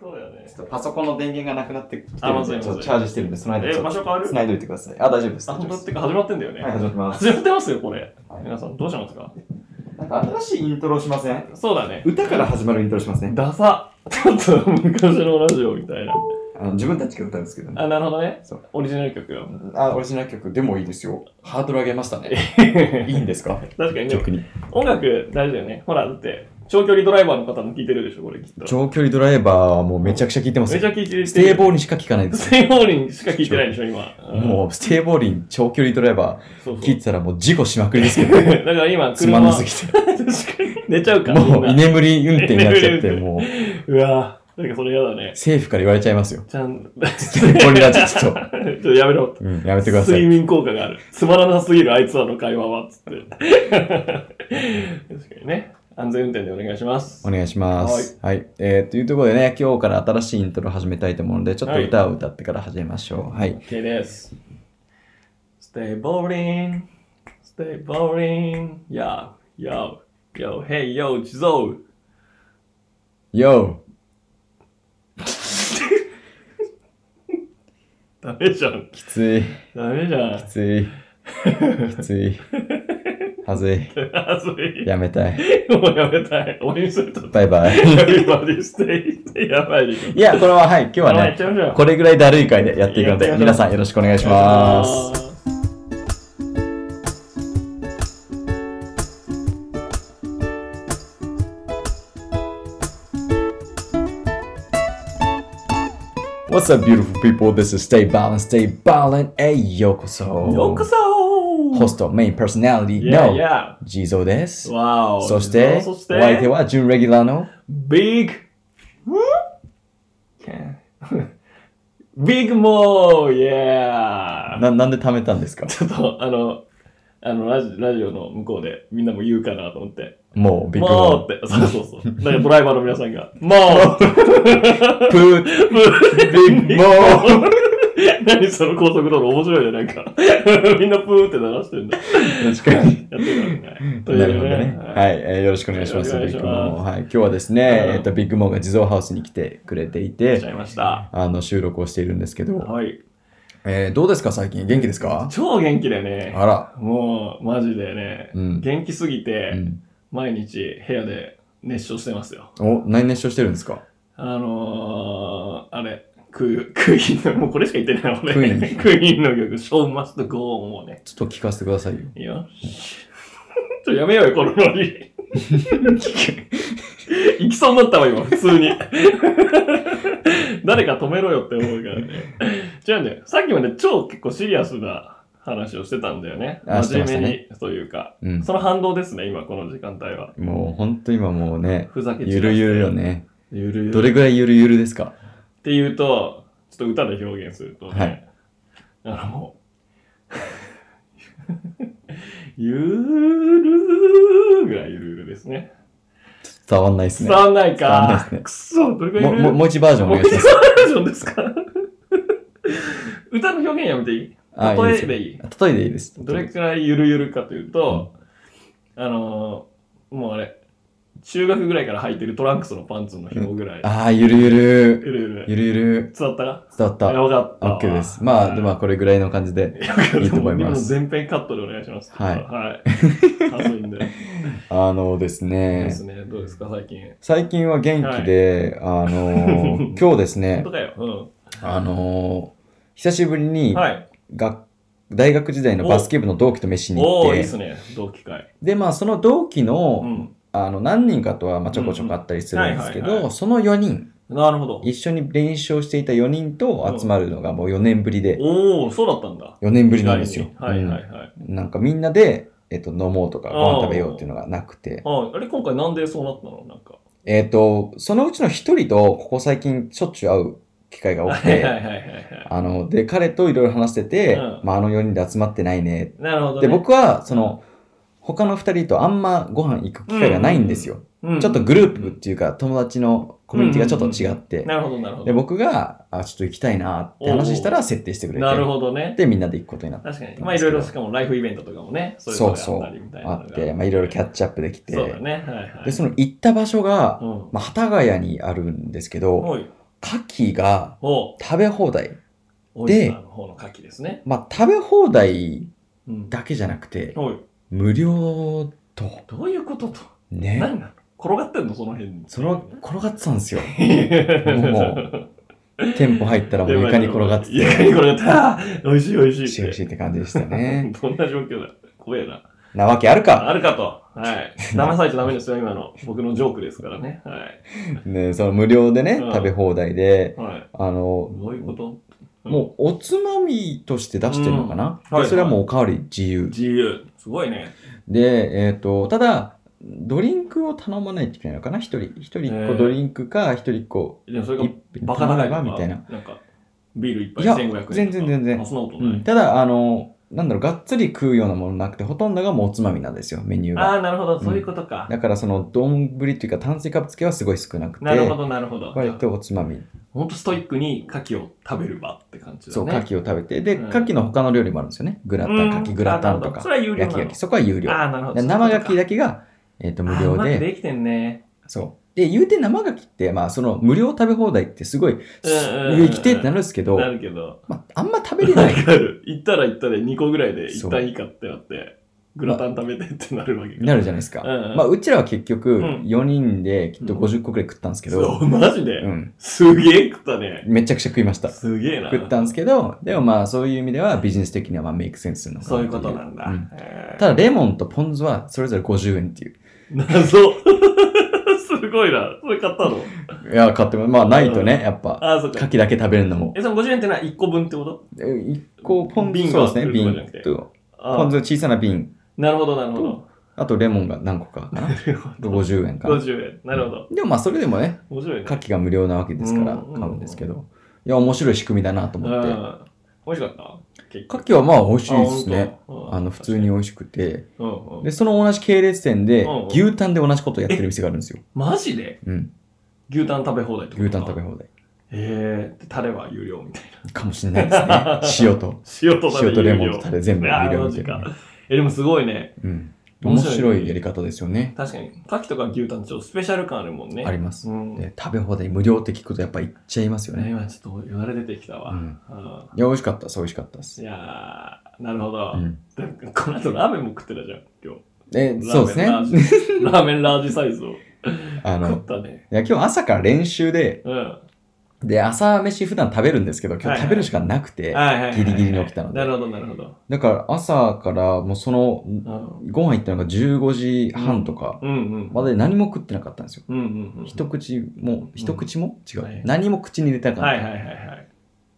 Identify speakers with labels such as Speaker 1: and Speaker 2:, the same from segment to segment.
Speaker 1: そうよね
Speaker 2: ち。ょっとパソコンの電源がなくなってきて
Speaker 1: あ
Speaker 2: る
Speaker 1: ま
Speaker 2: ん
Speaker 1: ずいま
Speaker 2: で、ち
Speaker 1: ずい
Speaker 2: ょっとチャージしてるんで、その間
Speaker 1: え、
Speaker 2: ちょ
Speaker 1: 場
Speaker 2: っ
Speaker 1: 所変わ
Speaker 2: と
Speaker 1: る
Speaker 2: 繋いでおいてください。あ、大丈夫です。
Speaker 1: あ、
Speaker 2: 大
Speaker 1: 本
Speaker 2: 丈夫
Speaker 1: 当
Speaker 2: で
Speaker 1: っ
Speaker 2: す
Speaker 1: てか始まってんだよね。
Speaker 2: はい、始まります。
Speaker 1: 始まってますよ、これ。
Speaker 2: はい
Speaker 1: 皆さん、どうしますか
Speaker 2: なんか新しいイントロしません
Speaker 1: そうだね。
Speaker 2: 歌から始まるイントロしません
Speaker 1: ダサ。ちょっと昔のラジオみたいな。
Speaker 2: あの自分たちが歌うんですけどね。
Speaker 1: あ、なるほどね
Speaker 2: そう。
Speaker 1: オリジナル曲よ。
Speaker 2: あ、オリジナル曲でもいいですよ。ハードル上げましたね。 いいんですか
Speaker 1: 確かにね、
Speaker 2: 曲に。
Speaker 1: 音楽大事だよね。ほら、だって、長距離ドライバーの方も聞いてるでしょ、これきっと。
Speaker 2: 長距離ドライバーはもうめちゃくちゃ聴いてます
Speaker 1: め
Speaker 2: よ
Speaker 1: ち。ゃ聞いてる。
Speaker 2: ステイボーリンしか聴かないです。
Speaker 1: ステイボーリンしか聞いてないでしょ、今。
Speaker 2: もう、ステイボーリン、長距離ドライバ
Speaker 1: うん、そう
Speaker 2: ー、
Speaker 1: そ。
Speaker 2: 聴いうてたらもう事故しまくりですけど、
Speaker 1: だから今、
Speaker 2: つまんな
Speaker 1: 車、
Speaker 2: す
Speaker 1: 確
Speaker 2: ぎて。
Speaker 1: かに寝ちゃうから。
Speaker 2: もう、
Speaker 1: み
Speaker 2: 居
Speaker 1: んな
Speaker 2: 眠り運転になっちゃって、
Speaker 1: 居眠り運転
Speaker 2: もう、
Speaker 1: うわぁ、なんかそれ嫌だね。
Speaker 2: 政府から言われちゃいますよ。
Speaker 1: ちゃん、
Speaker 2: ちょっとこれはちょっと、
Speaker 1: ちょっとやめろ。
Speaker 2: うん、やめてくださ
Speaker 1: 睡
Speaker 2: い。
Speaker 1: 眠効果がある。つまらなすぎるあいつらの会話は、つって。確かにね。安全運転でお願いします。
Speaker 2: お願いします。はい、えーというところでね、今日から新しいイントロ始めたいと思うので、ちょっと歌を歌ってから始めましょう。はい。
Speaker 1: OK です。Stay boring, stay boring, yo, yo, yo, hey, yo, 地蔵。
Speaker 2: YO!
Speaker 1: ダメじゃん。
Speaker 2: きつい、
Speaker 1: ダメじゃん
Speaker 2: き。つい、きつ い、はずい、
Speaker 1: あ、それ、
Speaker 2: やめたい。
Speaker 1: もうやめたい。俺にすると、
Speaker 2: バイバイ。
Speaker 1: everybody stay, stay, やばいでしょ。
Speaker 2: いや、これははい、今日は
Speaker 1: あやっ
Speaker 2: ね
Speaker 1: ちゃいましょう、
Speaker 2: これぐらいだるい回でやっていくので
Speaker 1: や、ってみましょう
Speaker 2: 皆さんよろしくお願いします。What's up, beautiful people? This is Stay Balanced, Stay Balanced. えい、ようこそ。
Speaker 1: ようこそ
Speaker 2: ホスト、メインパーソナリティ
Speaker 1: Yeah,
Speaker 2: の
Speaker 1: yeah.
Speaker 2: ジゾーです。
Speaker 1: わお。
Speaker 2: そして、
Speaker 1: そし
Speaker 2: お相手
Speaker 1: て、
Speaker 2: は準レギュラーの。
Speaker 1: ビッグ。ビッグモーイェー
Speaker 2: ななんで貯めたんですか
Speaker 1: ちょっと、あの、あのラジラジオの向こうでみんなも言うかなと思って。
Speaker 2: もう、ビッグ
Speaker 1: も
Speaker 2: モ
Speaker 1: うって、そうそうそう。だからドライバーの皆さんが、 もう
Speaker 2: ー。プー、ビッグモー。
Speaker 1: 何その高速道路面白いね、なんか。みんなプーって鳴らして んだ。
Speaker 2: 確かに。
Speaker 1: やってるからね。とい
Speaker 2: なる
Speaker 1: う
Speaker 2: ほどね。
Speaker 1: ね。
Speaker 2: はい、えーよろしくお願いします。
Speaker 1: よ
Speaker 2: ビ
Speaker 1: ろし
Speaker 2: ッ
Speaker 1: くお
Speaker 2: グ
Speaker 1: 願いします
Speaker 2: モー。はい、今日はですね、
Speaker 1: うん
Speaker 2: えっと、ビッグモーが地蔵ハウスに来てくれてい
Speaker 1: いらっしてゃ、いました。
Speaker 2: あの、収録をしているんですけど、
Speaker 1: はい。
Speaker 2: えーどうですか最近元気ですか
Speaker 1: 超元気だよね。
Speaker 2: あら。
Speaker 1: もう、マジでね、
Speaker 2: うん
Speaker 1: 元気すぎて、
Speaker 2: うん。
Speaker 1: 毎日部屋で熱唱してますよ。
Speaker 2: お、何熱唱してるんですか
Speaker 1: あのー、あれ、ククイーンの、もうこれしか言ってないの、俺。
Speaker 2: クイーン
Speaker 1: クイーンの曲、Show Must Go On をね。
Speaker 2: ちょっと聞かせてくださいよ。
Speaker 1: よし。 ちょ、やめようよ、このノリ。 行きそうになったわ、今、普通に。誰か止めろよって思うからね。違うんだよ。さっきまで超結構シリアスな話をしてたんだよね。
Speaker 2: あして
Speaker 1: 真
Speaker 2: ました
Speaker 1: 面
Speaker 2: ね
Speaker 1: 目に、というか。
Speaker 2: うん。
Speaker 1: その反動ですね、今、この時間帯は。
Speaker 2: もう、ほんと今もうね、
Speaker 1: ふざけ散らして
Speaker 2: ゆるゆるよ。ね。
Speaker 1: ゆるゆる。
Speaker 2: どれぐらいゆるゆるですか
Speaker 1: っていうと、ちょっと歌で表現するとね、
Speaker 2: はい
Speaker 1: あの もう、ゆるーぐらいゆるゆるですね。
Speaker 2: 伝わんないです
Speaker 1: 伝
Speaker 2: ね。
Speaker 1: わんない
Speaker 2: 伝わんない
Speaker 1: か
Speaker 2: で。すね
Speaker 1: くそ、どれぐらい
Speaker 2: もう
Speaker 1: ゆる
Speaker 2: もうもう一バージョンお
Speaker 1: もう
Speaker 2: 願い
Speaker 1: 一
Speaker 2: します。
Speaker 1: バージョンですか歌の表現やめていい
Speaker 2: あいい
Speaker 1: 例
Speaker 2: す
Speaker 1: え
Speaker 2: よ
Speaker 1: でいい
Speaker 2: 例えでいいです。
Speaker 1: どれくらいゆるゆるかというと、あのー、もうあれ、中学ぐらいから履いてるトランクスのパンツの紐ぐらい。
Speaker 2: ああ、ゆるゆる。
Speaker 1: ゆるゆる。
Speaker 2: ゆるゆる。
Speaker 1: 伝わったか
Speaker 2: 伝わった。
Speaker 1: よかった。
Speaker 2: OK です。まあ、でまあ、これぐらいの感じで。
Speaker 1: い
Speaker 2: いいと思います
Speaker 1: 全編カットでお願いします。
Speaker 2: はい
Speaker 1: はい。はずいんで。
Speaker 2: あのです
Speaker 1: で
Speaker 2: ね、
Speaker 1: すね。どうですか、最近。
Speaker 2: 最近は元気で、あの ー、今日です
Speaker 1: 本
Speaker 2: ね
Speaker 1: 当、かよ。
Speaker 2: あのー、久しぶりに、
Speaker 1: うん。はい。
Speaker 2: が大学時代のバスケ部の同期と飯に
Speaker 1: お
Speaker 2: 行
Speaker 1: おー、いい
Speaker 2: っ、
Speaker 1: ってすね。同期会。
Speaker 2: で、まあ、その同期の、
Speaker 1: うん。
Speaker 2: あの、何人かとは、まあ、ちょこちょこあったりするんですけ
Speaker 1: うんうんはいはいは
Speaker 2: ど、その4人、
Speaker 1: なるほど。
Speaker 2: 一緒に練習をしていた4人と集まるのがもう4年ぶりで、
Speaker 1: おお、そうだったんだ。
Speaker 2: 4年ぶりなんですよ
Speaker 1: 意。外にはいはいはい。
Speaker 2: うんなんかみんなで、えっと、飲もうとか、
Speaker 1: あー
Speaker 2: ご飯食べようっていうのがなくて、
Speaker 1: ああれ、今回なんでそうなったのなんか。
Speaker 2: えっと、そのうちの1人と、ここ最近しょっちゅう会う機会が多
Speaker 1: は
Speaker 2: く
Speaker 1: いはい
Speaker 2: て、
Speaker 1: はいはいは
Speaker 2: あの、で、彼といろいろ話してて、
Speaker 1: うん
Speaker 2: まあ、あの4人で集まってないねって
Speaker 1: い。なるほど。
Speaker 2: で、、僕は、その、他の二人とあんまご飯行く機会がないんですよ。
Speaker 1: うん
Speaker 2: ちょっと。グループっていうか、友達のコミュニティがちょっと違って。
Speaker 1: なるほど、なるほ
Speaker 2: で、
Speaker 1: ど。
Speaker 2: 僕が、あ、ちょっと行きたいなって話したら設定してくれて。
Speaker 1: なるほどね。
Speaker 2: で、みんなで行くことになって。
Speaker 1: 確かに。まあ、いろいろ、しかもライフイベントとかもね、それぞれあったりみたいな
Speaker 2: あ
Speaker 1: のが
Speaker 2: って、まあ、いろいろキャッチアップでき
Speaker 1: そうだ
Speaker 2: て。
Speaker 1: ね。はいはい。
Speaker 2: で、その行った場所が
Speaker 1: う、ん。
Speaker 2: まあ、幡ヶ谷にあるんですけど、
Speaker 1: おい。
Speaker 2: 牡蠣が
Speaker 1: おう
Speaker 2: 食べ放題。
Speaker 1: オイスターの方の牡蠣ですね。
Speaker 2: まあ、食べ放題
Speaker 1: うん。
Speaker 2: だけじゃなくて、
Speaker 1: おい、
Speaker 2: 無料と。
Speaker 1: どういうことと。
Speaker 2: ね。
Speaker 1: 何なの転がってんのその辺に。
Speaker 2: その、転がってたんですよ。
Speaker 1: も
Speaker 2: 店舗入ったらもう床に転がってて、
Speaker 1: 床に転がってた。あー美味しい美味しいって。
Speaker 2: しいしいって感じでしたね。
Speaker 1: どんな状況だ怖えな。
Speaker 2: なわけあるか
Speaker 1: あるかと。はい。騙されちゃダメですよ、今の。僕のジョークですからね。はい。
Speaker 2: ねその無料でね
Speaker 1: う、ん
Speaker 2: 食べ放題で、
Speaker 1: はい。
Speaker 2: あの、
Speaker 1: どういうこと
Speaker 2: もうおつまみとして出してるのかな、
Speaker 1: うんはい
Speaker 2: でそれはもうおかわり自由。
Speaker 1: 自由。すごいね。
Speaker 2: で、えっ、と、ただ、ドリンクを頼まないといけないのかな一人。一人一個ドリンクか、一人一個
Speaker 1: でもそれが
Speaker 2: 一杯
Speaker 1: バカ長い
Speaker 2: 頼めばみたいな。。
Speaker 1: なんか、ビール一杯
Speaker 2: いや
Speaker 1: 1500円とか。
Speaker 2: 全然全然
Speaker 1: あそんなこと
Speaker 2: う、
Speaker 1: なんい。
Speaker 2: ただ、あの、なんだろう、がっつり食うようなものなくて、ほとんどがもうおつまみなんですよ、メニュー
Speaker 1: あ
Speaker 2: が。
Speaker 1: あ、なるほど。そういうことか。
Speaker 2: だから、その、丼というか炭水化物系はすごい少なくて、
Speaker 1: なるほど、なるほど。
Speaker 2: 割とおつまみ。
Speaker 1: ほんとストイックに牡蠣を食べる場って感じだね。
Speaker 2: そう、牡蠣を食べて。で、
Speaker 1: うん
Speaker 2: 牡蠣の他の料理もあるんですよね。グラタ
Speaker 1: うん
Speaker 2: ン、牡蠣グラタンと
Speaker 1: なるほど
Speaker 2: か
Speaker 1: そ、れは有料
Speaker 2: 焼
Speaker 1: な
Speaker 2: き
Speaker 1: の
Speaker 2: 焼き、そこは有料。
Speaker 1: ああ、なるほ
Speaker 2: で
Speaker 1: ど。
Speaker 2: 生牡蠣
Speaker 1: だ
Speaker 2: だけが、えっと無料
Speaker 1: うまく
Speaker 2: で。
Speaker 1: できてんね。
Speaker 2: そう。で、言うて生牡蠣って、まあ、その無料食べ放題ってすごい、
Speaker 1: うんうんうん
Speaker 2: 行きてえってなるんですけど、
Speaker 1: なるけど。
Speaker 2: まあ、あんま食べれな
Speaker 1: わ
Speaker 2: い。
Speaker 1: かる。行ったら行ったで2個ぐらいで、一
Speaker 2: そう
Speaker 1: 旦いいかってなって、グラタン食べてってなるわけか。
Speaker 2: なるじゃないですか。
Speaker 1: うんうん
Speaker 2: まあ、うちらは結局、
Speaker 1: ん
Speaker 2: 4人できっと
Speaker 1: うん
Speaker 2: 50個くらい食ったんですけど、
Speaker 1: そう、マジで。
Speaker 2: うん。
Speaker 1: すげえ食ったね。
Speaker 2: めちゃくちゃ食いました。
Speaker 1: すげえな。
Speaker 2: 食ったんですけど、でもまあそういう意味ではビジネス的にはまあメイクセンスのか
Speaker 1: そう
Speaker 2: ないっ
Speaker 1: う
Speaker 2: て
Speaker 1: ことなんだ。
Speaker 2: うん
Speaker 1: へー
Speaker 2: ただレモンとポン酢はそれぞれ50円っていう。
Speaker 1: 謎。 すごいな。それ買ったの。
Speaker 2: いや、買っても、まあないとね、やっぱ、
Speaker 1: ああ、そっ
Speaker 2: 牡
Speaker 1: か。
Speaker 2: 蠣だけ食べるのも。
Speaker 1: え、その50円ってのは1個分ってこと
Speaker 2: え一個ポン
Speaker 1: 瓶
Speaker 2: 酢、
Speaker 1: が
Speaker 2: そうですね、
Speaker 1: 来るとか
Speaker 2: 瓶
Speaker 1: じゃなくて
Speaker 2: と、
Speaker 1: あ
Speaker 2: ポン
Speaker 1: あ
Speaker 2: 酢小さな瓶、
Speaker 1: なるほど、なるほど。
Speaker 2: あとレモンが何個かかな。
Speaker 1: なるほど
Speaker 2: 50円かな。
Speaker 1: 50円。なるほど。
Speaker 2: でもまあそれでもね、
Speaker 1: 面白いね。
Speaker 2: 牡蠣が無料なわけですから
Speaker 1: うんうんうん
Speaker 2: 買うんですけど、いや、面白い仕組みだなと
Speaker 1: うん。
Speaker 2: 思って。
Speaker 1: 美味しかった結構。
Speaker 2: 牡蠣はまあ美味しい
Speaker 1: あ
Speaker 2: ですね。。
Speaker 1: 本当
Speaker 2: あの、普通に。美味しくて。
Speaker 1: うんうん
Speaker 2: で、その同じ系列店で
Speaker 1: うんうん、
Speaker 2: 牛タンで同じことやってる店がある んですよ。
Speaker 1: マジで
Speaker 2: うん。
Speaker 1: 牛タン食べ放題ってこと
Speaker 2: 牛タン食べ放題。
Speaker 1: べへえ。でタレは有料みたいな。
Speaker 2: かもしれないですね。塩と。
Speaker 1: 塩とタレ
Speaker 2: 塩とレモン
Speaker 1: 有料
Speaker 2: とタレ全部
Speaker 1: あ
Speaker 2: 入
Speaker 1: あ
Speaker 2: れ
Speaker 1: マ
Speaker 2: る
Speaker 1: ジ
Speaker 2: みたい
Speaker 1: か
Speaker 2: な。
Speaker 1: え、でもすごいね。
Speaker 2: うん。
Speaker 1: 面
Speaker 2: 面
Speaker 1: 白
Speaker 2: 白
Speaker 1: い
Speaker 2: いやり方ですよね。
Speaker 1: 確かに。牡蠣とか牛タンってちょっとスペシャル感あるもんね。
Speaker 2: あります
Speaker 1: う。ん。ね
Speaker 2: で食べ放題無料って聞くとやっぱ行っちゃいますよね。
Speaker 1: 今ちょっとよだれ出てきたわ。
Speaker 2: う
Speaker 1: うん
Speaker 2: んいや、美味しかった。そう、美味しかったです
Speaker 1: い。やー、なるほど
Speaker 2: う。ん。
Speaker 1: でこの後ラーメンも食ってたじゃん、今日。
Speaker 2: え、そうですね。
Speaker 1: ラーメンラージ ラーメンラージサイズを
Speaker 2: あ
Speaker 1: 食
Speaker 2: の
Speaker 1: っ、たね。
Speaker 2: いや、今日朝から練習で、
Speaker 1: うん。は
Speaker 2: で、朝飯普段食べるんですけど、
Speaker 1: は
Speaker 2: 今
Speaker 1: い
Speaker 2: 日食べる時間なくて
Speaker 1: い、はいはい。
Speaker 2: ギリギリに起きたので
Speaker 1: なるほど、なるほど。
Speaker 2: だから朝からもうその、
Speaker 1: うん
Speaker 2: ご飯行ったのが15時半とか、
Speaker 1: うんうん。
Speaker 2: まで何も食ってなかったんですよ。
Speaker 1: うんうんうん。
Speaker 2: 一口も、一口も違。
Speaker 1: はいう
Speaker 2: 何も口に入れたかった。
Speaker 1: はいはいはいはい。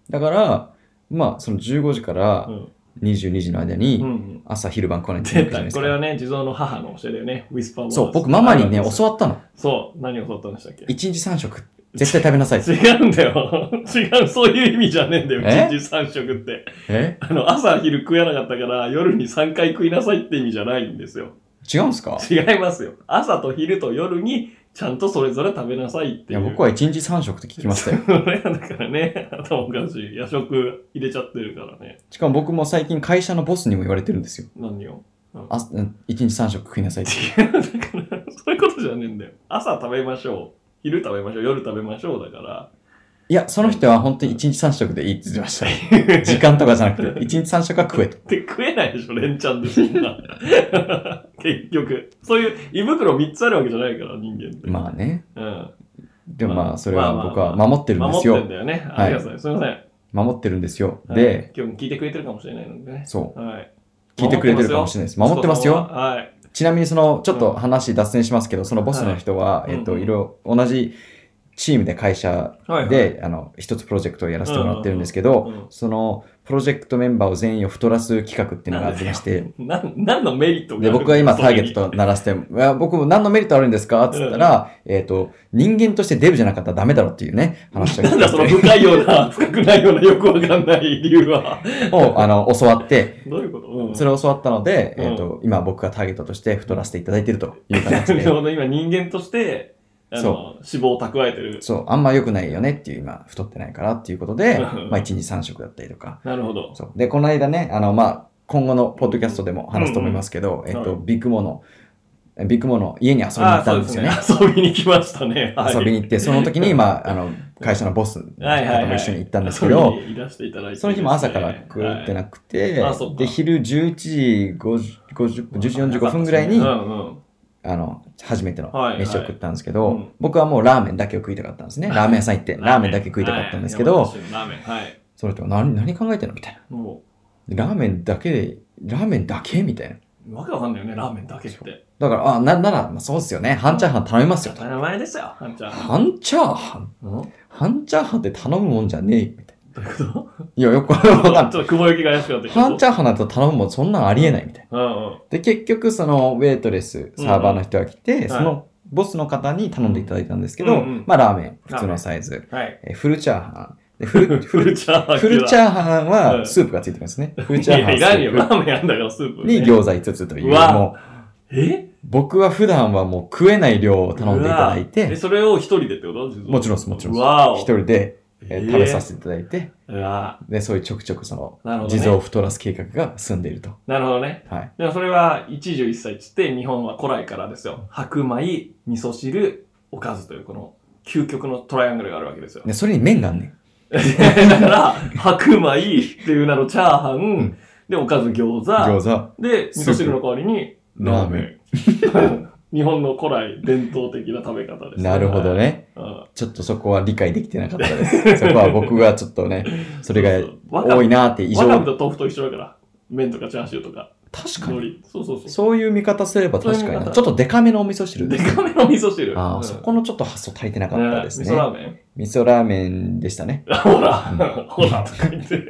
Speaker 2: だから、まあ、その15時から
Speaker 1: うん
Speaker 2: 22時の間
Speaker 1: うんう
Speaker 2: に、
Speaker 1: ん。
Speaker 2: 朝、昼晩来ないとい
Speaker 1: 出
Speaker 2: けないじゃない
Speaker 1: た。
Speaker 2: です
Speaker 1: こ
Speaker 2: か。
Speaker 1: れはね、地蔵の母の教えだよね。ウィスパーワード
Speaker 2: そう、僕、ママにね、教
Speaker 1: わ
Speaker 2: わったの。
Speaker 1: そう、何を教わったんでしたっけ
Speaker 2: 1日3食、絶対食べなさい。
Speaker 1: 違うんだよ。 違う、そういう意味じゃねえんだよ。1
Speaker 2: え
Speaker 1: 日3食 って。
Speaker 2: え
Speaker 1: あの、朝昼食えなかったから、夜に3回食いなさいって意味じゃないんですよ。
Speaker 2: 違うんすか
Speaker 1: 違いますよ。朝と昼と夜に、ちゃんとそれぞれ食べなさいっ
Speaker 2: い
Speaker 1: ていう。
Speaker 2: や、僕は1日3食って聞き ましたよ。
Speaker 1: それはだからね、頭おかしい。夜食入れちゃってるからね。
Speaker 2: しかも僕も最近会社のボスにも言われてるんですよ。
Speaker 1: 何を。
Speaker 2: あ1日3食食いなさいって。
Speaker 1: 違う、だから、そういうことじゃねえんだよ。朝食べましょう。昼食べましょう。夜食べましょう。だから。
Speaker 2: いや、その人は本当に1日3食でいいって言って ました。時間とかじゃなくて、1日3食は食えと。
Speaker 1: で、食えないでしょ、レンチャンでそんな。結局。そういう胃袋3つあるわけじゃないから、人間って。
Speaker 2: まあね。
Speaker 1: うん。
Speaker 2: でもま
Speaker 1: まあ
Speaker 2: あ、それは僕は
Speaker 1: まあ
Speaker 2: 守ってるん
Speaker 1: 守
Speaker 2: で
Speaker 1: っ
Speaker 2: す
Speaker 1: てん
Speaker 2: よ。
Speaker 1: だよね。
Speaker 2: い
Speaker 1: ありがとうございます。すみません。
Speaker 2: 守ってるんですよ。
Speaker 1: は
Speaker 2: で
Speaker 1: い、、今日も聞いてくれてるかもしれないのでね。
Speaker 2: そう。
Speaker 1: はい。
Speaker 2: 聞いてくれてるかもしれないです。守ってますよ。
Speaker 1: はい。
Speaker 2: ちなみにその、ちょっと話脱線しますけど、そのボスの人は、
Speaker 1: はい
Speaker 2: えっ、と、
Speaker 1: うんうん
Speaker 2: いろ、同じチームで会社
Speaker 1: はい、
Speaker 2: で、あの、一つプロジェクトをやらせてもらってるんですけ
Speaker 1: うんうんうん
Speaker 2: ど、その、プロジェクトメンバーを全員を太らす企画っていうのがありまして、
Speaker 1: な、何のメリットがあ
Speaker 2: で、
Speaker 1: るの
Speaker 2: 僕は今ターゲッ
Speaker 1: それ
Speaker 2: トとならせて、いや僕も何のメリットあるんですかって言ったら、えっ、と、人間としてデブじゃなかったらダメだろっていうね、話を
Speaker 1: になんだその深いような、深くないような、よくわかんない理由は。
Speaker 2: を、あの、教わって、
Speaker 1: どういうこと、うん、
Speaker 2: それを教わったので、
Speaker 1: うん
Speaker 2: えっ、と、今僕がターゲットとして太らせていただいてるという形
Speaker 1: な
Speaker 2: で
Speaker 1: る、ほど、今人間として、あ
Speaker 2: そ
Speaker 1: の、脂肪を蓄えてる。
Speaker 2: そう、あんま良くないよねっていう、今、太ってないからっていうことで、
Speaker 1: うん
Speaker 2: まあ、1日3食だったりとか。
Speaker 1: なるほど。
Speaker 2: そう。で、この間ね、あの、まあ、今後のポッドキャストでも話すと思いますけど、
Speaker 1: ん
Speaker 2: えっと、ビッグモの、ビッグモの家に遊びに行
Speaker 1: あ
Speaker 2: っ
Speaker 1: そ
Speaker 2: た
Speaker 1: うんで
Speaker 2: です
Speaker 1: す
Speaker 2: よね
Speaker 1: ね。。遊びに来ましたね。 はい
Speaker 2: 遊びに行って、その時に、まあ、 あの、会社のボスの
Speaker 1: はいはいは
Speaker 2: 方
Speaker 1: い
Speaker 2: も一緒に行ったんですけど、
Speaker 1: 遊びにいらしていただいて、
Speaker 2: その日も朝から食って
Speaker 1: っ
Speaker 2: なくて、
Speaker 1: はいあそうか
Speaker 2: で、昼11時50 50分、10時45分ぐらいに、
Speaker 1: うんう
Speaker 2: あ
Speaker 1: ん。
Speaker 2: の、初めての
Speaker 1: はい
Speaker 2: 飯を食ったんですけど、
Speaker 1: はいうん
Speaker 2: 僕はもうラーメンだけを食いたかったんですね。ラーメン屋さん行って、ラーメンだけ食いたかったんですけど、
Speaker 1: はいラーメン、はい。
Speaker 2: その人が何、何考えてんのみたいな。
Speaker 1: も
Speaker 2: ラーメンだけで、ラーメンだけみたいな。
Speaker 1: う、わけわかんないよね、ラーメンだけって。
Speaker 2: だから、あ、な、なら、まあ、そうっすよね。半チャーハン頼みますよと。
Speaker 1: 名前ですよ、ハンちゃん。
Speaker 2: 半チャーハン
Speaker 1: うんど
Speaker 2: 半チャーハンって頼むもんじゃねえよみたいう
Speaker 1: いうこ
Speaker 2: な。いや、よくわ
Speaker 1: とちょ
Speaker 2: かん
Speaker 1: っ
Speaker 2: ない。
Speaker 1: と雲行きが怪しくなってきた。
Speaker 2: 半チャーハンなんて頼むもん、そんなんありえないみたいな。
Speaker 1: うんうん。
Speaker 2: で、結局、その、ウェイトレス、サーバーの人が来て、
Speaker 1: ん
Speaker 2: その、ボスの方に頼んでいただいたんですけど、
Speaker 1: うんうん
Speaker 2: まあ、ラーメン、普通のサイズ、
Speaker 1: はい。
Speaker 2: えーフルチャーハン。でフル、フ
Speaker 1: フル
Speaker 2: ル、
Speaker 1: チャーハン。
Speaker 2: フルチ
Speaker 1: ー
Speaker 2: ャーハ
Speaker 1: う
Speaker 2: ン
Speaker 1: ん
Speaker 2: は、スープがついてますね。フルチャーハン
Speaker 1: いや、いらんよ。ラ
Speaker 2: スー
Speaker 1: ーメンあんだから、スープ
Speaker 2: プ
Speaker 1: ね。
Speaker 2: に餃子5つという、
Speaker 1: うわ
Speaker 2: もう、
Speaker 1: え
Speaker 2: 僕は普段はもう食えない量を頼んでいただい
Speaker 1: え、
Speaker 2: て、
Speaker 1: それを一人でってこと
Speaker 2: もちろんです、もちろんです。
Speaker 1: わお。
Speaker 2: 一人で、えー
Speaker 1: えー
Speaker 2: 食べさせていただいて、
Speaker 1: うわ
Speaker 2: で、そういうちょくちょくその、
Speaker 1: なるほどね
Speaker 2: 地蔵太らす計画が進んでいると。
Speaker 1: なるほどね。
Speaker 2: はい。
Speaker 1: でもそれは一汁一菜っつって、日本は古来からですよ。白米、味噌汁、おかずという、この究極のトライアングルがあるわけですよ。
Speaker 2: で、それに麺があんねん。
Speaker 1: だから、白米っていう名のチャーハン
Speaker 2: ん、
Speaker 1: で、おかず餃子、
Speaker 2: 餃子、
Speaker 1: で、味噌汁の代わりに、
Speaker 2: ラーメ
Speaker 1: ラーメン。日本の古来伝統的な食べ方です、
Speaker 2: ン。なるほどね。
Speaker 1: うん。
Speaker 2: ちょっとそこは理解できてなかったで す。そこは僕がちょっとね、それ
Speaker 1: そ
Speaker 2: が
Speaker 1: うそう
Speaker 2: 多いなって異
Speaker 1: わかめ
Speaker 2: 常。
Speaker 1: と豆腐と一緒だから。麺とかチャーシューとか、
Speaker 2: 確か
Speaker 1: 海
Speaker 2: に。
Speaker 1: 苔。そうそうそ
Speaker 2: そういう見方すれば確
Speaker 1: そういう
Speaker 2: かに
Speaker 1: 見
Speaker 2: な。
Speaker 1: 方
Speaker 2: ちょっとデカめのお味噌汁
Speaker 1: う。
Speaker 2: で
Speaker 1: です
Speaker 2: ね
Speaker 1: かめの味噌汁。
Speaker 2: あ
Speaker 1: うん
Speaker 2: あ、そこのちょっと発想足りてなかったです
Speaker 1: 味噌
Speaker 2: ね。
Speaker 1: ラーメン
Speaker 2: 味噌ラーメンでしたね。
Speaker 1: あほら、 ほらとか言って。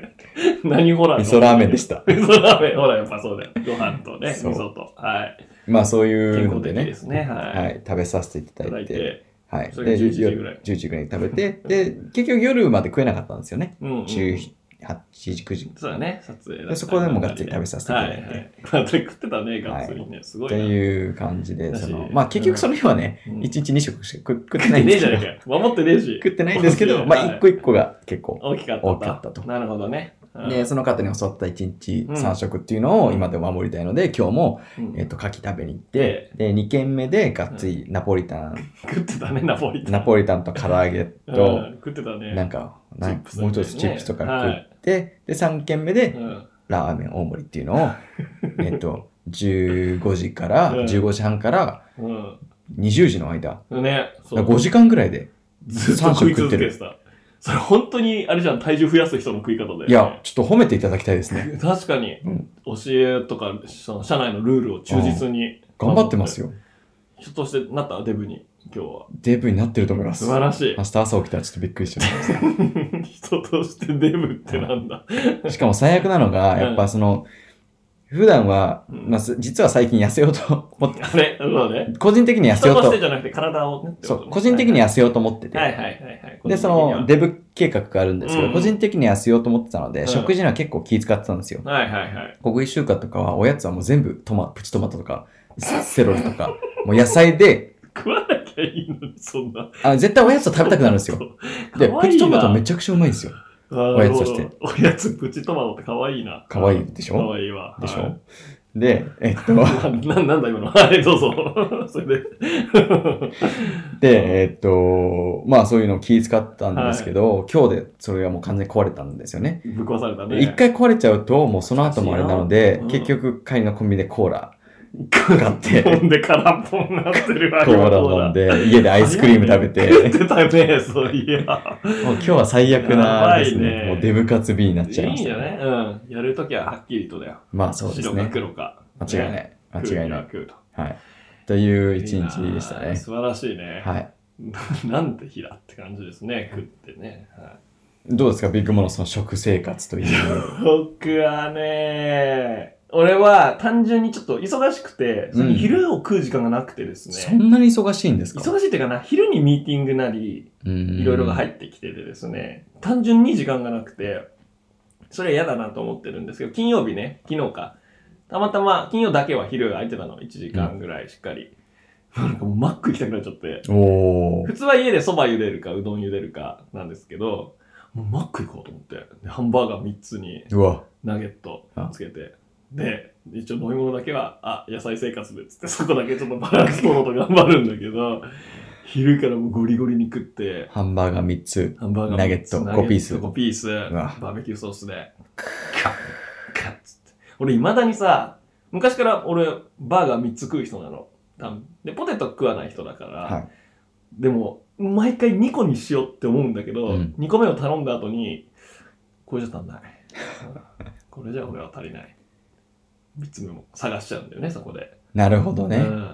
Speaker 1: 何ほら
Speaker 2: 味噌ラーメンでした。
Speaker 1: た。味噌ラーメン、ほら、やっぱそうだよ。ご飯とね、味
Speaker 2: そう
Speaker 1: 噌と。はい。
Speaker 2: まあそうい
Speaker 1: 健
Speaker 2: う
Speaker 1: 康
Speaker 2: ので
Speaker 1: 的
Speaker 2: ね
Speaker 1: で。すね。は。
Speaker 2: はいい、食べさせていた
Speaker 1: いた
Speaker 2: だ
Speaker 1: だ
Speaker 2: い
Speaker 1: い
Speaker 2: て。
Speaker 1: て。
Speaker 2: はい。
Speaker 1: それが11時ぐらい
Speaker 2: 10時ぐらいに食べて。で、結局夜まで食えなかったんですよね。
Speaker 1: うんうん
Speaker 2: 18時、9時。
Speaker 1: そうだね、撮影だった
Speaker 2: でそこでもうがっつり食べさせていただいて
Speaker 1: ははがっつり食ってたね、がっつりね。すごい
Speaker 2: と
Speaker 1: な。
Speaker 2: いう感じで、
Speaker 1: だし
Speaker 2: その、まあ結局その日はね、
Speaker 1: うん
Speaker 2: 1日2食しか食食
Speaker 1: 食
Speaker 2: って
Speaker 1: っ
Speaker 2: な
Speaker 1: て
Speaker 2: いん
Speaker 1: ね
Speaker 2: で
Speaker 1: え
Speaker 2: す
Speaker 1: じゃ
Speaker 2: け
Speaker 1: ね
Speaker 2: ど、
Speaker 1: えかよ。守ってねえし。
Speaker 2: 食ってないんですけ ど、まあ
Speaker 1: はい
Speaker 2: 一個一個が結構。
Speaker 1: 大きかったと。
Speaker 2: 大きかったと
Speaker 1: なるほどね。うん
Speaker 2: で、その方に教わった1日
Speaker 1: うん
Speaker 2: 3食っていうのを今でも守りたいので、今日も、
Speaker 1: うん
Speaker 2: えっと、牡蠣食べに行って、で、2軒目でがっつりナポリタン、
Speaker 1: 食ってたね、ナポリタン。
Speaker 2: ナポリタンと唐揚げ
Speaker 1: う
Speaker 2: と
Speaker 1: ん、食ってたね。
Speaker 2: なんか、な
Speaker 1: チ
Speaker 2: も
Speaker 1: ップス
Speaker 2: う一つチップスとか食
Speaker 1: ね
Speaker 2: って、で、3軒目で
Speaker 1: うん
Speaker 2: ラーメン大盛りっていうのを、えっと、15時から、
Speaker 1: うん
Speaker 2: 15時半から20時の間、
Speaker 1: うん。ね、そう。
Speaker 2: 5時間ぐらいで、
Speaker 1: ずっと
Speaker 2: 三
Speaker 1: 食
Speaker 2: 食
Speaker 1: い
Speaker 2: 食
Speaker 1: 続
Speaker 2: って
Speaker 1: け
Speaker 2: る
Speaker 1: てた。それ本当に、あれじゃん、体重増やす人の食い方だよ、ね。
Speaker 2: いや、ちょっと褒めていただきたいですね。
Speaker 1: 確かに、
Speaker 2: うん
Speaker 1: 教えとか、その社内のルールを忠実に。
Speaker 2: 頑張ってますよ。
Speaker 1: ひょっとしてなったデブに、今日は。
Speaker 2: デブになってると思います。
Speaker 1: 素晴らしい
Speaker 2: 明。日朝起きたらちょっとびっくりしちゃう。
Speaker 1: 人としてデブってなんだ。
Speaker 2: し かも最悪なのが、やっぱその、普段は、
Speaker 1: うん
Speaker 2: まあ、す実は最近痩せようと思って、
Speaker 1: あれそう だね。
Speaker 2: 個人的に痩せ
Speaker 1: 人
Speaker 2: よう
Speaker 1: として
Speaker 2: と、
Speaker 1: じゃなくて体をねって
Speaker 2: そ
Speaker 1: ことね、
Speaker 2: う、個人的に痩せようと思ってて、
Speaker 1: はいはいはいはい。
Speaker 2: で、その、
Speaker 1: デ
Speaker 2: デブ計画があるんですけど、
Speaker 1: うん
Speaker 2: 個人的に痩せようと思ってたので、
Speaker 1: うん
Speaker 2: 食事には結構気遣ってたんですよ。
Speaker 1: ブ。はいはいはい。
Speaker 2: ここ一週間とかは、おやつはもう全部トマ、プチトマトとか、セロリとか、もう野菜で、
Speaker 1: 食わなきゃいいのに、そんな。
Speaker 2: あ絶対おやつを食べたくなるんですよ。で、プチトマトめちゃくちゃうまいんですよ。
Speaker 1: お
Speaker 2: やつとして
Speaker 1: おやつ、プチトマトって可愛いな。
Speaker 2: 可愛いでしょ
Speaker 1: 可愛いわ。
Speaker 2: でし
Speaker 1: はい
Speaker 2: ょで、えっと、
Speaker 1: ななんだ今の。はい、どうぞ。 それで。
Speaker 2: で、えっと、まあそういうのを気遣ったんですけど、今日でそれがもう完全に壊れたんですよね。
Speaker 1: ぶっ壊された
Speaker 2: で
Speaker 1: ね。
Speaker 2: 一、回壊れちゃうと、もうその後もあれなので、
Speaker 1: うん
Speaker 2: 結局帰りのコンビニでコーラ買って、
Speaker 1: 飲んで空っぽになってるわ
Speaker 2: コーラ飲ん。で、家でアイスクリーム食べ、
Speaker 1: 食っててたね、そういや。
Speaker 2: もう今日は最悪なです
Speaker 1: やばい
Speaker 2: ね、
Speaker 1: ね
Speaker 2: もうデブ活 B になっ
Speaker 1: い
Speaker 2: ちゃい
Speaker 1: い
Speaker 2: ま
Speaker 1: ん
Speaker 2: し
Speaker 1: じゃ
Speaker 2: たね。
Speaker 1: ないうん。やるときははっきりとだよ。
Speaker 2: まあそうです
Speaker 1: 白か
Speaker 2: ね。
Speaker 1: 黒か。。
Speaker 2: 間違いないい。間違いない。
Speaker 1: 黒と。
Speaker 2: はい。という一日でした
Speaker 1: いいな
Speaker 2: ね。
Speaker 1: 素晴らしいね。
Speaker 2: はい。
Speaker 1: なんて日だって感じですね、食ってね。はい
Speaker 2: どうですか、ビッグモノその食生活という。
Speaker 1: 僕はね、俺は単純にちょっと忙しくて、その昼を食う時間がなくてです
Speaker 2: そ
Speaker 1: ね。
Speaker 2: んなに忙しいんですか
Speaker 1: 忙しいっていうかな、昼にミーティングなり、い
Speaker 2: い
Speaker 1: ろいろが入ってきててですね、単純に時間がなくて、それは嫌だなと思ってるんですけど、金曜日ね、昨日か。たまたま、金曜だけは昼が空いてたの、1時間ぐらいしっかり。なんかもうマック行きたくなっちゃって。
Speaker 2: おお
Speaker 1: 普通は家で蕎麦茹でるか、うどん茹でるかなんですけど、もうマック行こうと思って。でハンバーガー3つに、
Speaker 2: うわ
Speaker 1: ナゲットつけて、で、一応飲み物だけは、あ、野菜生活でっつって、そこだけちょっとバランス取ろうと頑張るんだけど、昼からもうゴリゴリに食って、
Speaker 2: ハンバーガー3つ。
Speaker 1: ハンバーガー
Speaker 2: ナゲット
Speaker 1: ナゲ
Speaker 2: 5ピース
Speaker 1: 5ピース、
Speaker 2: わ
Speaker 1: バーベキューソースで、カッつって。俺、未だにさ、昔から俺、バーガー3つ食う人なの。多分で、ポテト食わない人だから、
Speaker 2: はい。
Speaker 1: でも、毎回2個にしようって思うんだけど、
Speaker 2: うん
Speaker 1: 2個目を頼んだ後に、これじゃ足んない。 これじゃ俺は足りない。3つ目も探しちゃうんだよね、そこで。
Speaker 2: なるほどね。
Speaker 1: うん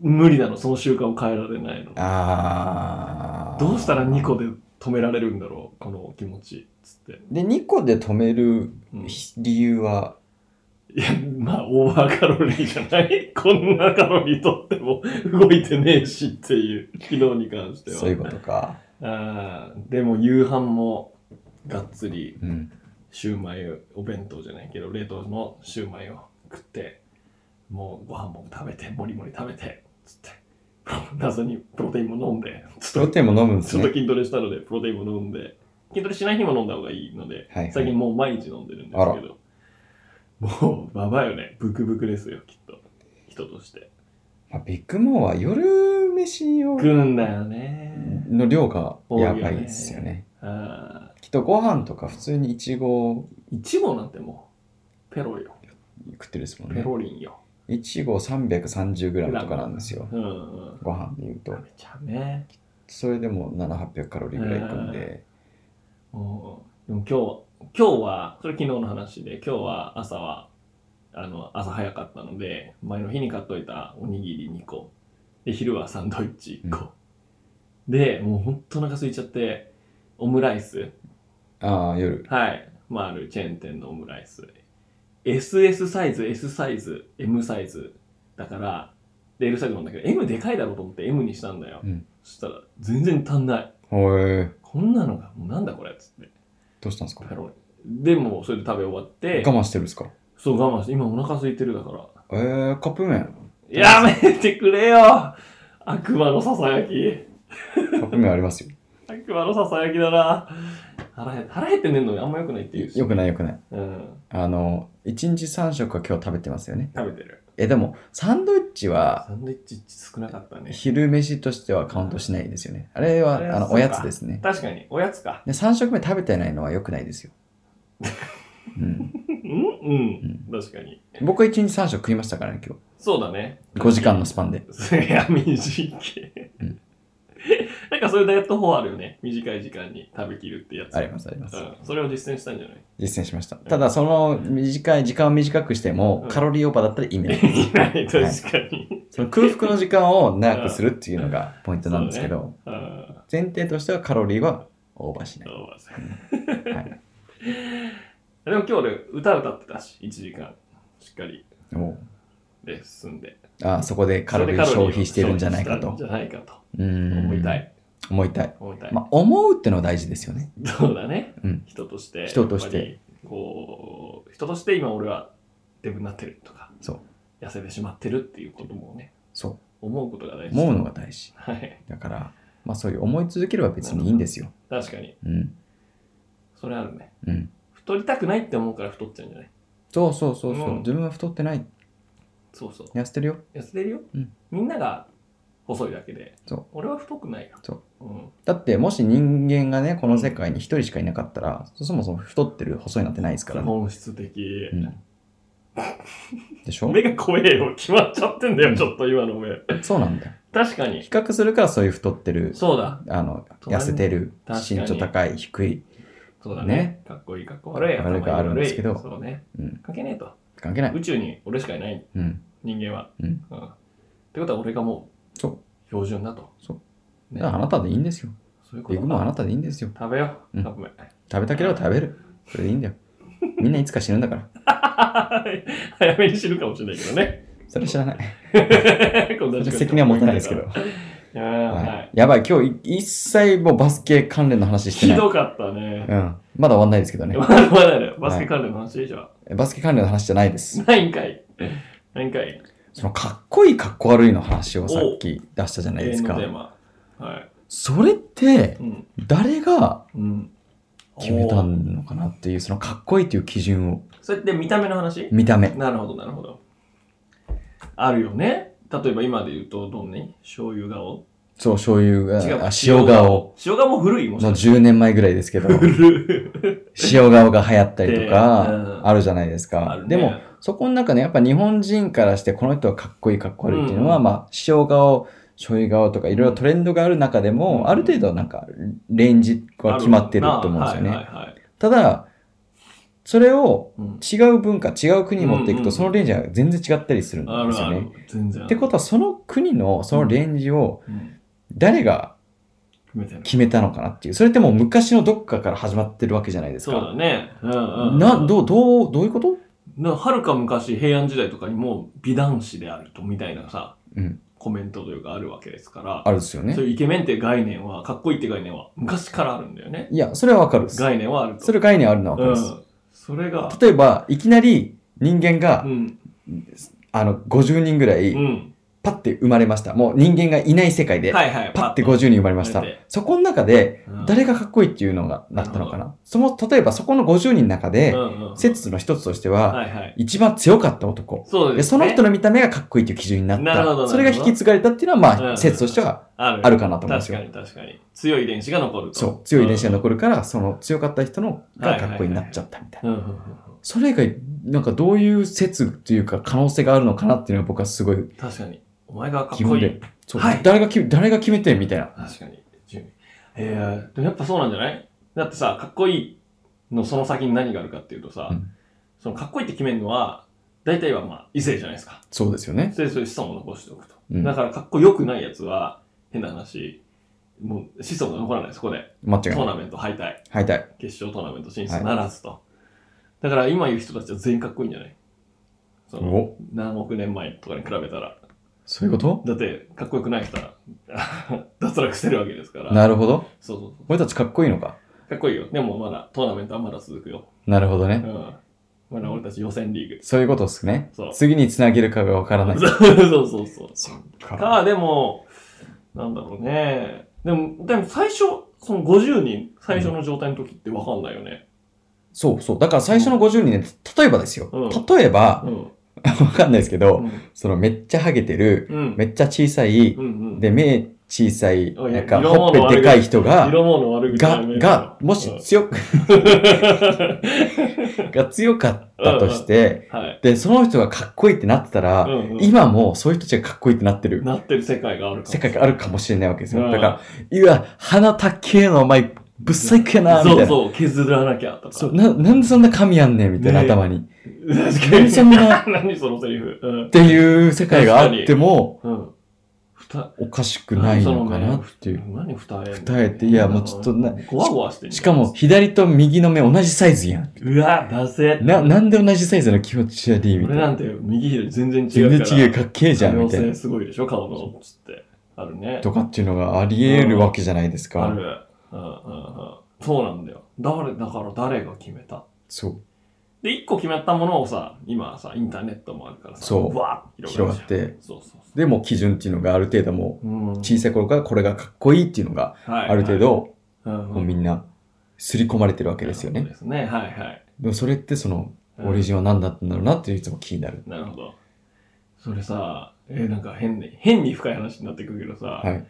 Speaker 1: 無理なの、その習慣を変えられないの。
Speaker 2: あー
Speaker 1: どうしたら2個で止められるんだろう、この気持ち。つって。
Speaker 2: で、2個で止める
Speaker 1: うんい
Speaker 2: 理由は、
Speaker 1: や、まあ、オーバーカロリーじゃない。 こんなカロリーとっても動いてねえしっていう、昨日に関しては。
Speaker 2: そういうことか。
Speaker 1: あーでも夕飯もがっつり
Speaker 2: うん。
Speaker 1: シューマイお弁当じゃないけど冷凍のシューマイを食ってもうご飯も食べてもりもり食べてつってプロ謎にプロテインも飲んで
Speaker 2: プ
Speaker 1: ちょ
Speaker 2: ロ
Speaker 1: っと
Speaker 2: テインも飲むんです
Speaker 1: ちょっと
Speaker 2: ね。
Speaker 1: 筋トレしたのでプロテインも飲んで筋トレしない日も飲んだ方がいいので、
Speaker 2: はいはい
Speaker 1: 最近もう毎日飲んでるんですけどもうババアよねブクブクですよきっと人として
Speaker 2: まあ、ビッグモーは夜飯を
Speaker 1: 食うんだよね
Speaker 2: の量がやばいですよね。
Speaker 1: あ
Speaker 2: きっとご飯とか普通にイチゴ
Speaker 1: ーいちごなんてもうペロよ
Speaker 2: 食ってるですもん
Speaker 1: ペ
Speaker 2: ね。
Speaker 1: ロリンよ。
Speaker 2: イチゴ 330g とかなんですよ。
Speaker 1: うんうん。
Speaker 2: ご飯で言うと
Speaker 1: 食。べちゃうね。
Speaker 2: それでも7800カロリーぐらいいくんで。
Speaker 1: もうでも今日、今日は、それ昨日の話で、今日は朝は、あの、朝早かったので、前の日に買っといたおにぎり2個。で、昼はサンドイッチ1個。で、もうほんとお腹空いちゃって、オムライス。
Speaker 2: ああ、夜。
Speaker 1: はい。まあ、あるチェーン店のオムライス。SS サイズ、S サイズ、M サイズ。だから、で、L サイズなんだけど、M でかいだろうと思って M にしたんだよ。
Speaker 2: うん
Speaker 1: そしたら、全然足んない。
Speaker 2: ほえ。
Speaker 1: こんなのが、もうなんだこれっつって。
Speaker 2: どうしたんですか
Speaker 1: ペロリでも、それで食べ終わって、
Speaker 2: 我慢してるんですか
Speaker 1: そう、我慢して、今お腹空いてるだから。
Speaker 2: えー、カップ麺。
Speaker 1: やめてくれよ悪魔のささやき。
Speaker 2: カップ麺ありますよ。
Speaker 1: 悪魔のささやきだな。腹減腹減って寝るのあんま良くないっていうし。
Speaker 2: よくないよくない。
Speaker 1: うん。
Speaker 2: あの、1日3食は今日食べてますよね。
Speaker 1: 食べてる。
Speaker 2: え、でも、サンドイッチは
Speaker 1: サンドイッチ少なかったね。
Speaker 2: 昼飯としてはカウントしないですよね。あれ
Speaker 1: あれ
Speaker 2: は
Speaker 1: は
Speaker 2: あ
Speaker 1: そ
Speaker 2: の
Speaker 1: う
Speaker 2: お
Speaker 1: か
Speaker 2: やつですね。
Speaker 1: 確かに、おやつか。
Speaker 2: で3食目食べてないのは良くないで すよ。うん、
Speaker 1: うんうん。確かに。
Speaker 2: 僕は1日3食食いましたからね、今
Speaker 1: そうだね。
Speaker 2: 日。5時間のスパンで。
Speaker 1: いや、短い。
Speaker 2: うん
Speaker 1: なんかそういうダイエット法あるよね。短い時間に食べきるってやつ。
Speaker 2: ありますあります
Speaker 1: う。ん。それを実践したんじゃない
Speaker 2: 実践しました。ただ、その短い時間を短くしても、
Speaker 1: うん
Speaker 2: カロリーオーバーだったら意味ない。
Speaker 1: いない、確かに。
Speaker 2: その空腹の時間を長くするっていうのがポイントなんですけど、
Speaker 1: あ
Speaker 2: 前提としてはカロリーはオーバーし
Speaker 1: ー
Speaker 2: ない。
Speaker 1: どうもすい
Speaker 2: はい、
Speaker 1: ませんでも今日俺歌歌ってたし、1時間しっかり
Speaker 2: もう
Speaker 1: レッスンで。
Speaker 2: あそこでカロリー
Speaker 1: それで
Speaker 2: 消
Speaker 1: を
Speaker 2: 費してるんじゃないかと
Speaker 1: 消費。したんじゃないかと
Speaker 2: 思
Speaker 1: 思いた。い。
Speaker 2: 思いたい。
Speaker 1: 思いたい。
Speaker 2: まあ、思うってのは大事ですよね。
Speaker 1: そうだね、
Speaker 2: うん
Speaker 1: 人として
Speaker 2: 人として
Speaker 1: やっぱりこう人として今俺はデブになってるとか
Speaker 2: そう
Speaker 1: 痩せてしまってるっていうこともね
Speaker 2: そ
Speaker 1: 思うことが大
Speaker 2: う。
Speaker 1: 事
Speaker 2: 思うのが大事。
Speaker 1: はい
Speaker 2: だから、まあそういう思い続ければ別にいいんですよ。
Speaker 1: 確かに
Speaker 2: うん。
Speaker 1: それあるね
Speaker 2: うん。
Speaker 1: 太りたくないって思うから太っちゃうんじゃない
Speaker 2: そうそうそうそう。
Speaker 1: うん
Speaker 2: 自分は太ってない。
Speaker 1: そうそう
Speaker 2: 痩せてるよ。
Speaker 1: 痩せてるよ、
Speaker 2: うん
Speaker 1: みんなが細いだけで
Speaker 2: そう
Speaker 1: 俺は太くないよ、
Speaker 2: そう
Speaker 1: ん、
Speaker 2: だってもし人間がね、この世界に一人しかいなかったら、そもそも太ってる、細いなんてないですからね。
Speaker 1: 本質的、
Speaker 2: うん。でしょ
Speaker 1: 目が怖えよ決まっちゃってんだよちょっと今の目
Speaker 2: そうなんだよ。
Speaker 1: 確か
Speaker 2: 比
Speaker 1: に
Speaker 2: 較するからそういう太ってる、
Speaker 1: そうだ
Speaker 2: あの、
Speaker 1: 隣
Speaker 2: 痩せてる、
Speaker 1: 確かに
Speaker 2: 身長高い、低い、
Speaker 1: そうだ
Speaker 2: ね
Speaker 1: ねかっこいいかっこ悪い
Speaker 2: 悪いかあるんですけど
Speaker 1: 頭に悪いそうね
Speaker 2: うん、
Speaker 1: 関係ねえと
Speaker 2: 関係ない。
Speaker 1: 宇宙に俺しかいない
Speaker 2: うん。
Speaker 1: 人間は。
Speaker 2: うん
Speaker 1: ってことは俺がも
Speaker 2: そう。
Speaker 1: う標準だと。
Speaker 2: そう。
Speaker 1: ね
Speaker 2: だからあなたでいいんですよ。
Speaker 1: そういうこ
Speaker 2: ビッ
Speaker 1: と
Speaker 2: グもあ
Speaker 1: だ。
Speaker 2: なたでいいんですよ。
Speaker 1: 食べよ
Speaker 2: う
Speaker 1: う。
Speaker 2: ん
Speaker 1: カップ麺。
Speaker 2: 食べたければ食べる。それでいいんだよ。みんないつか死ぬんだか ら。
Speaker 1: 早めに死ぬかもしれないけどね。
Speaker 2: それ知らない。
Speaker 1: こん
Speaker 2: そ
Speaker 1: な
Speaker 2: れ
Speaker 1: 時間
Speaker 2: 責任は持たないですけど。。
Speaker 1: いやーは
Speaker 2: はい
Speaker 1: い。
Speaker 2: やばい、今日い一切もうバスケ関連の話して
Speaker 1: ひ
Speaker 2: ない。
Speaker 1: どかったね。
Speaker 2: うん。まだ終わんないですけどね
Speaker 1: ま。だまだだよ。バスケ関連の話でしょ。
Speaker 2: バスケ関連の話じゃないです。
Speaker 1: ないんかい。ないんかい。
Speaker 2: そのかっこいいかっこ悪いの話をさっき出したじゃない
Speaker 1: 永
Speaker 2: です
Speaker 1: 遠の
Speaker 2: か
Speaker 1: テ。ーマ。はい。
Speaker 2: それって
Speaker 1: うん。
Speaker 2: 誰が
Speaker 1: うん。
Speaker 2: 決めたのかなっていう、そのかっこいいという基準を。
Speaker 1: それって見た目の話
Speaker 2: 見た目。
Speaker 1: なるほど、なるほど。あるよね。例えば今で言うと、どんね醤油顔
Speaker 2: そう、醤油が、
Speaker 1: 違う
Speaker 2: あ塩顔。。
Speaker 1: 塩顔も古いもん
Speaker 2: の10年前ぐらいです けど、
Speaker 1: 古い。
Speaker 2: 塩顔が流行ったりと
Speaker 1: でう
Speaker 2: か、
Speaker 1: ん
Speaker 2: あるじゃないです
Speaker 1: あ
Speaker 2: か
Speaker 1: る。ね
Speaker 2: でも、そこの中ね、やっぱ日本人からして、この人はかっこいい、かっこ悪いっていうの
Speaker 1: う
Speaker 2: は、
Speaker 1: ん
Speaker 2: まあ、塩顔、醤油顔とか、いろいろトレンドがある中で
Speaker 1: うん
Speaker 2: も、ある程度なんか、レンジは決まってると思うんですよ
Speaker 1: ある
Speaker 2: ね。
Speaker 1: なはいはいはい
Speaker 2: ただ、それを
Speaker 1: うん
Speaker 2: 違う文化、違う国に持ってい
Speaker 1: うん
Speaker 2: く
Speaker 1: うん
Speaker 2: と、そのレンジが全然違ったりするん
Speaker 1: あ
Speaker 2: です
Speaker 1: る
Speaker 2: よ
Speaker 1: ある
Speaker 2: ね。。
Speaker 1: 全然ある。
Speaker 2: ってことは、その国のそのレンジを
Speaker 1: うん
Speaker 2: 誰が
Speaker 1: 決めてる
Speaker 2: 決めたのかなっていう。それってもう昔のどっかから始まってるわけじゃないです
Speaker 1: そうだ
Speaker 2: か。
Speaker 1: ね。うんうんうん、
Speaker 2: な、どう、どう、どういうこと
Speaker 1: なはるか昔平安時代とかにも美男子であるとみたいなさ、
Speaker 2: うん
Speaker 1: コメントというかあるわけですから、
Speaker 2: あるですよね
Speaker 1: そう。いうイケメンって概念はかっこいいって概念は昔からあるんだよね
Speaker 2: いや、それはわかるです。
Speaker 1: 概念はあると
Speaker 2: それ概念あるのはわか
Speaker 1: う
Speaker 2: る
Speaker 1: ん
Speaker 2: です。
Speaker 1: それが
Speaker 2: 例えば、いきなり人間が、
Speaker 1: うん
Speaker 2: あの、50人ぐら
Speaker 1: う
Speaker 2: い、
Speaker 1: ん
Speaker 2: パッて生まれました。もう人間がいない世界で、
Speaker 1: はいはい
Speaker 2: パッて50人生まれまし
Speaker 1: 生
Speaker 2: た
Speaker 1: まれて。
Speaker 2: そこの中で、
Speaker 1: うん
Speaker 2: 誰がかっこいいっていうのがなったのかな。その、例えばそこの50人の中で、
Speaker 1: うんうん
Speaker 2: 説の一つとしては、
Speaker 1: はいはい
Speaker 2: 一番強かった男。
Speaker 1: そう
Speaker 2: で、
Speaker 1: です、
Speaker 2: そ
Speaker 1: ね、
Speaker 2: の人の見た目がかっこいいという基準になった。
Speaker 1: なるほどなるほど
Speaker 2: それが引き継がれたっていうのは、まあ、
Speaker 1: うん
Speaker 2: 説としては
Speaker 1: ある
Speaker 2: あるかなと思うんです
Speaker 1: 確
Speaker 2: よ
Speaker 1: か。に確かに強い遺伝子が残ると
Speaker 2: そう。強い遺伝子が
Speaker 1: 残
Speaker 2: 残るから、その強かった人のがかっこいいになっちゃったみたいな。
Speaker 1: る、うんうんうん
Speaker 2: それ以外、なんかどういう説というか可能性があるのかなっていうのは僕はすごい
Speaker 1: うん確かにお前がかっ
Speaker 2: 疑
Speaker 1: こ
Speaker 2: 問
Speaker 1: いい
Speaker 2: で。そう
Speaker 1: はい
Speaker 2: 誰が決め、誰が決めてみたいな。
Speaker 1: 確かに。準備えー、でもやっぱそうなんじゃないだってさ、かっこいいのその先に何があるかっていうとさ、
Speaker 2: うん
Speaker 1: そのかっこいいって決めるのは、大体はまあ異性じゃないですか。
Speaker 2: そうですよね。
Speaker 1: それでそういう子孫を残しておくと。
Speaker 2: うん
Speaker 1: だからかっこよくないやつは、変な話、もう子孫が残らない、そこで。
Speaker 2: 間違
Speaker 1: ト
Speaker 2: いな
Speaker 1: ー
Speaker 2: い。
Speaker 1: ナメント敗退、
Speaker 2: 敗退。
Speaker 1: 決勝トーナメント進出ならずと。だから今いる人たちは全員かっこいいんじゃないその
Speaker 2: お
Speaker 1: 何億年前とかに比べたら。
Speaker 2: そういうこと
Speaker 1: だって、かっこよくない人は 脱落してるわけですから。
Speaker 2: なるほど。
Speaker 1: そうそうそう。
Speaker 2: 俺たちかっこいいのか。
Speaker 1: かっこいいよ。でもまだトーナメントはまだ続くよ。
Speaker 2: なるほど
Speaker 1: う
Speaker 2: ね。
Speaker 1: ん。まだ俺たち予選リーグ。
Speaker 2: そういうことですね
Speaker 1: そう。
Speaker 2: 次につなげるかがわから ない。
Speaker 1: そうそうそう。
Speaker 2: そっ
Speaker 1: か、でも、なんだろうね。でも、でも最初、その50人、最初の状態の時ってわかんないよね。
Speaker 2: そうそう。だから最初の50人ね、例えばですよ。
Speaker 1: うん
Speaker 2: 例えば、
Speaker 1: うん。
Speaker 2: わかんないですけ
Speaker 1: う
Speaker 2: ど、
Speaker 1: ん。
Speaker 2: そのめっちゃハゲてる、
Speaker 1: うん。
Speaker 2: めっちゃ小さい、
Speaker 1: うんうん、
Speaker 2: で、目小さい、
Speaker 1: おい
Speaker 2: なんか
Speaker 1: 色
Speaker 2: ほ
Speaker 1: 物
Speaker 2: っぺでかい人が、
Speaker 1: 色物悪口
Speaker 2: が
Speaker 1: やめ、ろ
Speaker 2: が、もし
Speaker 1: うん
Speaker 2: 強く、 が強かったとして、
Speaker 1: はい。
Speaker 2: で、その人がかっこいいってなってた
Speaker 1: う
Speaker 2: ら、
Speaker 1: んうん
Speaker 2: 今もそういう人たちがかっこいいってなってる
Speaker 1: なってる世界があるかも
Speaker 2: 世界があるかもしれないわけです
Speaker 1: う
Speaker 2: よ。
Speaker 1: ん
Speaker 2: だから、いや、鼻たっけえの、お前、ぶっさくやな、みたい
Speaker 1: そうそ
Speaker 2: な。
Speaker 1: う、削らなきゃとか。
Speaker 2: そうな、なんでそんな髪あんねんみたいな
Speaker 1: ねえ
Speaker 2: 頭に。
Speaker 1: 確か
Speaker 2: 何
Speaker 1: に。
Speaker 2: そんな、っ
Speaker 1: 何そのセリフ。うん。
Speaker 2: ていう世界があっても、
Speaker 1: うん。ふた、
Speaker 2: おかしくないのかなっていう。
Speaker 1: 何二重
Speaker 2: 二重っていやもうちょっとな
Speaker 1: ゴワゴワしてんじゃん
Speaker 2: しかも、左と右の目同じサイズやん。
Speaker 1: うわダセー
Speaker 2: な、なんで同じサイズの気持ち悪いみた
Speaker 1: 俺
Speaker 2: い
Speaker 1: な
Speaker 2: な。
Speaker 1: んて右左全然違
Speaker 2: 全
Speaker 1: うから
Speaker 2: 然違う、かっけえじゃん、み
Speaker 1: み
Speaker 2: た
Speaker 1: た
Speaker 2: い
Speaker 1: い
Speaker 2: な。
Speaker 1: すごいでしょ顔のつってあるね
Speaker 2: とかっていうのがあり得るわけじゃないです
Speaker 1: あ
Speaker 2: か。
Speaker 1: るうんうんうんそうなんだよ誰だから誰が決めた
Speaker 2: そう。
Speaker 1: で一個決まったものをさ今さインターネットもあるからさ
Speaker 2: そう
Speaker 1: わー
Speaker 2: 広が
Speaker 1: る
Speaker 2: っ
Speaker 1: じゃん
Speaker 2: て。
Speaker 1: そうそうそ
Speaker 2: でも、基準っていうのがある程度もう、
Speaker 1: う、うん、
Speaker 2: 小さい頃からこれがかっこいいっていうのが、
Speaker 1: はい
Speaker 2: ある程、度、
Speaker 1: はいうん
Speaker 2: もうみんな、刷り込まれてるわけですよ
Speaker 1: そう
Speaker 2: ね。
Speaker 1: ですねはいはい
Speaker 2: でも、それってその、
Speaker 1: うん
Speaker 2: オリジンは何だったんだろうなっていういつも気になる。
Speaker 1: なるほどそれさえーなんか変ね変に深い話になってくるけどさ、
Speaker 2: はい。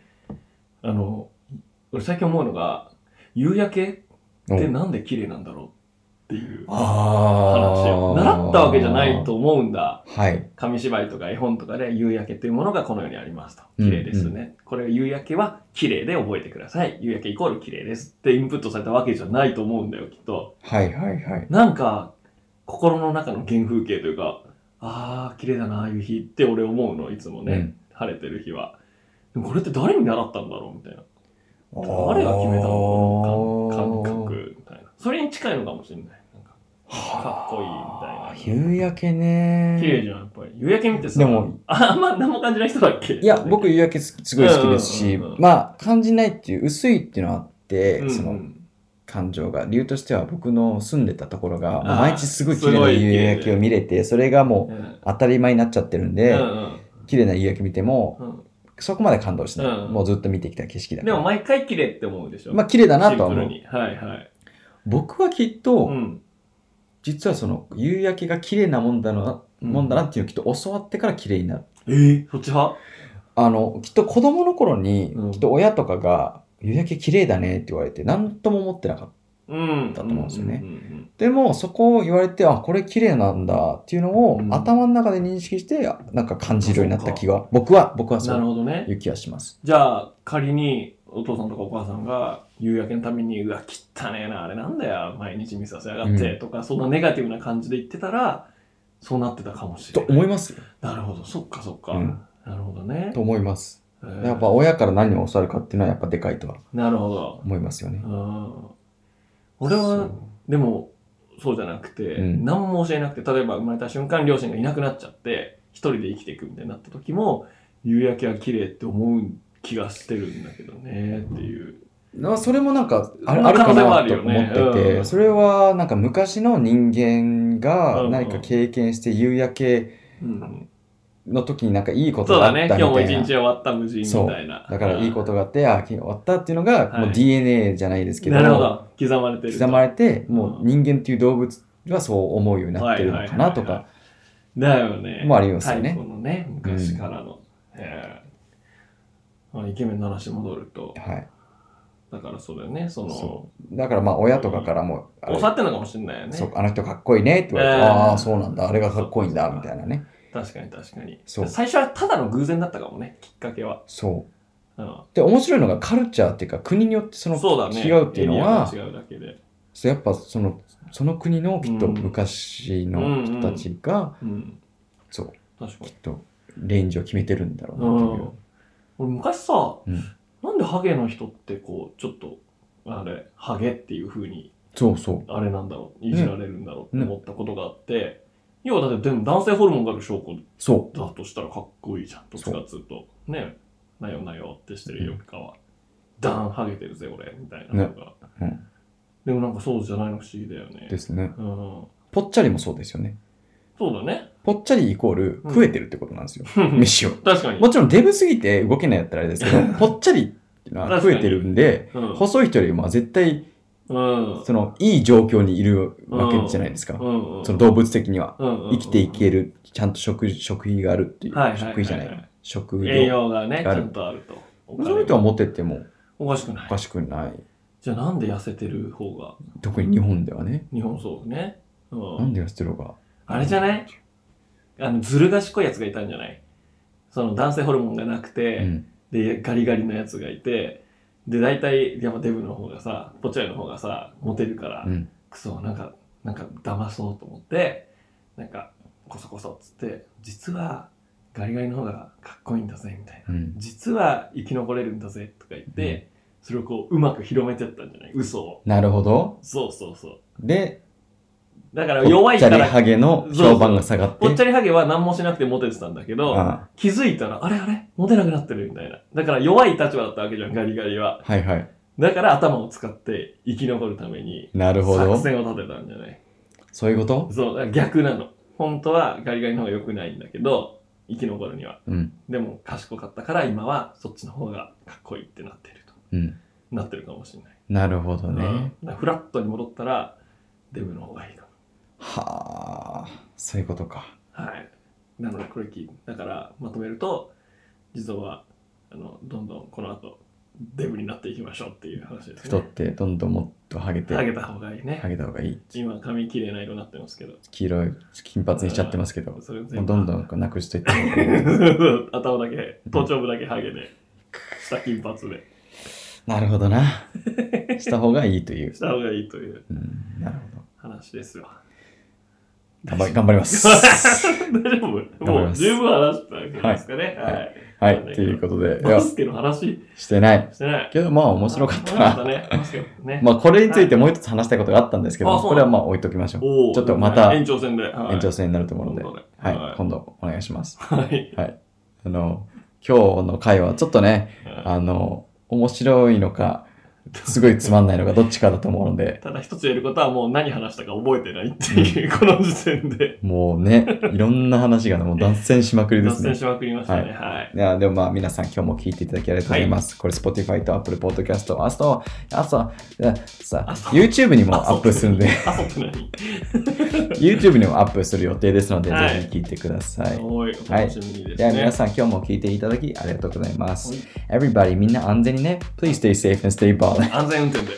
Speaker 1: あの、俺最近思うのが、夕焼けっ
Speaker 2: お
Speaker 1: てなんで綺麗なんだろうっていう話
Speaker 2: あ
Speaker 1: を
Speaker 2: あ。
Speaker 1: 習ったわけじゃない。と思うんだ。
Speaker 2: はい。
Speaker 1: 紙芝居とか絵本とかで夕焼けというものがこの世にありますと。
Speaker 2: うん
Speaker 1: 綺麗ですね。これ夕焼けは綺麗で覚えてください。夕焼けイコール綺麗ですってインプットされたわけじゃないと思うんだよ、きっと。
Speaker 2: はいはいはい。
Speaker 1: なんか、心の中の原風景というか、あー、綺麗だな、夕日って俺思うの、いつもね。
Speaker 2: うん
Speaker 1: 晴れてる日は。でもこれって誰に習ったんだろうみたいな。
Speaker 2: 誰
Speaker 1: 誰が決めたのこの感感覚みたいな。それに近いのかもしれない。なんかかっこいいみたいな。
Speaker 2: 夕焼けね
Speaker 1: 綺麗じゃん、やっぱり。夕焼け見てさ、
Speaker 2: でも
Speaker 1: ああんま何も感じない人だっけ
Speaker 2: いや、僕、夕焼けすすごい好きですし、
Speaker 1: うんうんうんうん
Speaker 2: まあ感じないっていう薄いっていうのはあって、
Speaker 1: うんうん
Speaker 2: その感情が理由としては僕の住んでたところが
Speaker 1: あー
Speaker 2: もう毎日すごい綺
Speaker 1: す
Speaker 2: 麗
Speaker 1: ご
Speaker 2: ない
Speaker 1: 綺麗
Speaker 2: 夕焼けを見れてそれがも
Speaker 1: う
Speaker 2: うん当たり前になっちゃってるん
Speaker 1: う
Speaker 2: で、
Speaker 1: ん
Speaker 2: 綺麗な夕焼け見ても
Speaker 1: うん
Speaker 2: そこまで感動しない、
Speaker 1: うん
Speaker 2: もうずっと見てきた景色
Speaker 1: う
Speaker 2: だ
Speaker 1: ん
Speaker 2: か
Speaker 1: で
Speaker 2: ら
Speaker 1: も毎回綺麗って思うでしょ。
Speaker 2: まあ綺麗だな
Speaker 1: シン
Speaker 2: とは
Speaker 1: プ
Speaker 2: 思
Speaker 1: ル
Speaker 2: う
Speaker 1: に。はいはい。
Speaker 2: 僕はきっと、
Speaker 1: うん。
Speaker 2: 実はその夕焼けが綺麗なもんだな、
Speaker 1: うん
Speaker 2: もんだなっていうのをきっと教わってから綺麗になる。
Speaker 1: えー、そっち派
Speaker 2: あの、きっと子供の頃に
Speaker 1: うん、
Speaker 2: きっと親とかが、夕焼け綺麗だねって言われて、何とも思ってなかった。
Speaker 1: うん。
Speaker 2: だと思うんですよね
Speaker 1: うんうん
Speaker 2: でも、そこを言われて、あ、これ綺麗なんだっていうのを
Speaker 1: う、ん
Speaker 2: 頭の中で認識して、なんか感じるようになった気が、僕は、僕
Speaker 1: う
Speaker 2: は
Speaker 1: ん
Speaker 2: そ
Speaker 1: なる
Speaker 2: う
Speaker 1: ほどね。
Speaker 2: いう気がします。
Speaker 1: じゃあ、仮に、お父さんとかお母さんが夕焼けのために、うわ、汚ねえな、あれなんだよ、毎日見させやがって、
Speaker 2: う
Speaker 1: とか、そんなネガティブな感じで言ってたら、そうなってたかもし
Speaker 2: と
Speaker 1: れない。
Speaker 2: 思いますよ
Speaker 1: なるほど、そっかそっか。
Speaker 2: うん
Speaker 1: なるほどね
Speaker 2: と。思います。
Speaker 1: えー
Speaker 2: やっぱ親から何を教わるかっていうのはやっぱでかいとは
Speaker 1: なるほど。
Speaker 2: 思いますよね。
Speaker 1: うん。俺
Speaker 2: そ
Speaker 1: は
Speaker 2: う、
Speaker 1: でも、そうじゃなくて、
Speaker 2: うん
Speaker 1: 何も教えなくて、例えば生まれた瞬間、両親がいなくなっちゃって、一人で生きていくみたいになった時も、夕焼けは綺麗って思う気がしてるんだけどね、っていう。
Speaker 2: なそれもなんかあれ
Speaker 1: まあ
Speaker 2: あるか
Speaker 1: 可能性もある
Speaker 2: なと
Speaker 1: よね
Speaker 2: 思ってて、
Speaker 1: うん
Speaker 2: それはなんか昔の人間
Speaker 1: うんう
Speaker 2: が
Speaker 1: ん
Speaker 2: 何か経験して夕焼け
Speaker 1: うん
Speaker 2: の時になんかいいこと
Speaker 1: そう
Speaker 2: があ
Speaker 1: だ
Speaker 2: った
Speaker 1: ね、
Speaker 2: み
Speaker 1: 今
Speaker 2: た
Speaker 1: 日も一日
Speaker 2: い
Speaker 1: 終
Speaker 2: な。
Speaker 1: わった無事みたいな。
Speaker 2: だからいいこととがあって、あ、終わったっていうのが、
Speaker 1: はい
Speaker 2: もう DNA じゃないですけど、
Speaker 1: なるほど、刻まれてると。
Speaker 2: 刻まれて、もううん人間っていう動物はそう思うようになってるのかなと
Speaker 1: はい
Speaker 2: か
Speaker 1: だよね。
Speaker 2: もありますよね
Speaker 1: 太古のね、昔からの。ええあイケメンの話戻ると、
Speaker 2: はい。
Speaker 1: だからそうだよね、その、
Speaker 2: そう。だからまあ親とかからも、あれ
Speaker 1: 教わってるのかもしれないよね。
Speaker 2: そうあの人かっこいいねって言われて、
Speaker 1: えー
Speaker 2: ああ、そうなんだ、あれがかっこいいんだ、
Speaker 1: そう
Speaker 2: みたいなね。
Speaker 1: 確かに確かに。
Speaker 2: そう
Speaker 1: 最初はただの偶然だったかもね、きっかけは。
Speaker 2: そう。
Speaker 1: うん、
Speaker 2: で、面白いのがカルチャーっていうか、国によってその
Speaker 1: そうだね。
Speaker 2: 違うっていうのは、
Speaker 1: エリアが違うだけで。
Speaker 2: そうやっぱそのその国のきっと
Speaker 1: うん
Speaker 2: 昔の人たちが
Speaker 1: うん、
Speaker 2: そう
Speaker 1: 確かに
Speaker 2: きっ。とレンジを決めてるんだろうな
Speaker 1: うん、俺昔さ、
Speaker 2: という、うん、
Speaker 1: なんでハゲの人ってこうちょっとあれハゲっていうふうに
Speaker 2: そうそう
Speaker 1: あれなんだろういじられるんだろうって思ったことがあって、要はだってでも男性ホルモンがある証拠
Speaker 2: そ
Speaker 1: だとしたらかっこいいじゃんどっちかっつうとねなよなよってしてるよりかは、ダーンハゲてるぜ俺みたいなのが、
Speaker 2: ねうん
Speaker 1: でもなんかそうじゃないの不思議だよ
Speaker 2: う
Speaker 1: ね
Speaker 2: ですね
Speaker 1: うん
Speaker 2: ぽっちゃりもそうですよね
Speaker 1: そうだね
Speaker 2: ぽっちゃりイコール
Speaker 1: うん
Speaker 2: 食えてるってことなんですよ、飯を
Speaker 1: 確かに、
Speaker 2: もちろんデブすぎて動けないやったらあれで すけどぽっちゃりっていうのは
Speaker 1: 確か
Speaker 2: 食
Speaker 1: に
Speaker 2: えてるんで
Speaker 1: うん
Speaker 2: 細い人よりも絶対
Speaker 1: うん
Speaker 2: そのいい状況にいるわけじゃないですか、
Speaker 1: うんうん
Speaker 2: その動物的には
Speaker 1: うんうんうん
Speaker 2: 生きていけるちゃんと食食費があるっていう、
Speaker 1: はいはいはいはい
Speaker 2: 食費じゃない食
Speaker 1: 栄
Speaker 2: 料
Speaker 1: 養がねち
Speaker 2: あ
Speaker 1: ゃ
Speaker 2: る
Speaker 1: んとあるとお
Speaker 2: その人は持ってっても
Speaker 1: おかしくない
Speaker 2: おかしくない。
Speaker 1: じゃあなんで痩せてる方が
Speaker 2: 特に日本ではね。
Speaker 1: 日本そうね、うん
Speaker 2: なんで痩せてるのか。
Speaker 1: あれじゃないあのずる賢いやつがいたんじゃないその男性ホルモンがなくて、
Speaker 2: うん。
Speaker 1: でガリガリのやつがいてで大体やっぱデブの方がさぽっちゃりの方がさモテるから、
Speaker 2: うん。
Speaker 1: クソなんかなんか騙そうと思ってなんかコソコソっつって実はガリガリの方がかっこいいんだぜみたいな
Speaker 2: うん。
Speaker 1: 実は生き残れるんだぜとか言って、それをこううまく広めてったんじゃない嘘を
Speaker 2: なるほど。
Speaker 1: そうそうそう
Speaker 2: で、
Speaker 1: だから
Speaker 2: ぽ
Speaker 1: 弱
Speaker 2: っ
Speaker 1: い
Speaker 2: ちゃ
Speaker 1: か
Speaker 2: り
Speaker 1: ら、
Speaker 2: ハゲの評判が下がって。
Speaker 1: ぽっちゃりハゲは何もしなくてモテてたんだけど、
Speaker 2: あ
Speaker 1: 気づいたら、あれあれモテなくなってるみたいな。だから弱い立場だったわけじゃん、ガリガリは。
Speaker 2: はいはい。
Speaker 1: だから頭を使って生き残るために、
Speaker 2: なるほ
Speaker 1: 作
Speaker 2: ど。
Speaker 1: 戦を立てたんじゃない
Speaker 2: そういうこと
Speaker 1: そう、だから逆なの。本当はガリガリの方が良くないんだけど、生き残るには。
Speaker 2: うん。
Speaker 1: でも賢かったから今はそっちの方がかっこいいってなってると。
Speaker 2: うん。
Speaker 1: なってるかもしれない。
Speaker 2: なるほど
Speaker 1: うん
Speaker 2: ね。
Speaker 1: だからフラットに戻ったら、デブの方がいいかも。
Speaker 2: はあ。そういうことか。
Speaker 1: はい。なのでこれ聞いだからまとめると、地蔵はあのどんどんこの後デブになっていきましょうっていう話です
Speaker 2: 太っ
Speaker 1: ね。
Speaker 2: て、どんどんもっとハゲて、
Speaker 1: ハ
Speaker 2: ハ
Speaker 1: げた方がいいね。
Speaker 2: ゲた方がいい。
Speaker 1: 今髪綺麗な色になってますけど、
Speaker 2: 黄色い、金髪にしちゃってますけど、も
Speaker 1: それ
Speaker 2: う
Speaker 1: 全部
Speaker 2: どんどんこうなくしていった方 が
Speaker 1: 頭だけ、頭頂部だけハゲで、下金髪で
Speaker 2: なるほど な。した方がいいという
Speaker 1: し。た方がいいという
Speaker 2: うん。なるほど。
Speaker 1: 話ですよ。
Speaker 2: 頑張頑張ります。
Speaker 1: 大丈夫
Speaker 2: 頑張り
Speaker 1: も
Speaker 2: ま
Speaker 1: う
Speaker 2: す
Speaker 1: 十分話したわけですかね。
Speaker 2: はい
Speaker 1: はい。
Speaker 2: はい、ということで、い
Speaker 1: バ
Speaker 2: や、
Speaker 1: スケの話
Speaker 2: してない。
Speaker 1: してない。
Speaker 2: けど、まあ、面白かった
Speaker 1: 面白か
Speaker 2: な。
Speaker 1: ね。バスケね。
Speaker 2: まあ、これについてもう一つ話したいことがあったんですけど、
Speaker 1: あそう
Speaker 2: これはまあ、置いときましょう。
Speaker 1: おー
Speaker 2: ちょっとまた
Speaker 1: 延長戦で。はい
Speaker 2: 延長戦になると思うので、
Speaker 1: 今度ねは
Speaker 2: はいい、今度お願いします。
Speaker 1: はい。
Speaker 2: はい。あの、今日の回はちょっとね、
Speaker 1: はい
Speaker 2: あの、面白いのか、すごいつまんないのがどっちかだと思うので、
Speaker 1: ただ一つ言えることはもう何話したか覚えてないっていう、この時点で
Speaker 2: もうね、いろんな話がね、もう脱線しまくりで
Speaker 1: 脱
Speaker 2: すね
Speaker 1: 線。しまくりましたね。はい。
Speaker 2: いやでもまあ皆さん今日も聞いていただきありがとうございます。これ Spotify と Apple Podcast を明日は、あとあさ
Speaker 1: あそう
Speaker 2: YouTube にも
Speaker 1: あ
Speaker 2: アップするんで、
Speaker 1: あ、そうって何
Speaker 2: YouTube にもアップする予定ですので、
Speaker 1: はい
Speaker 2: ぜひ聞いてください。
Speaker 1: おい、お楽しみにです
Speaker 2: では皆
Speaker 1: ね。
Speaker 2: さん今日も聞いていただきありがとうございます
Speaker 1: は。
Speaker 2: Everybody みんな安全にね。Please stay safe and stay ball.
Speaker 1: 安全運転で。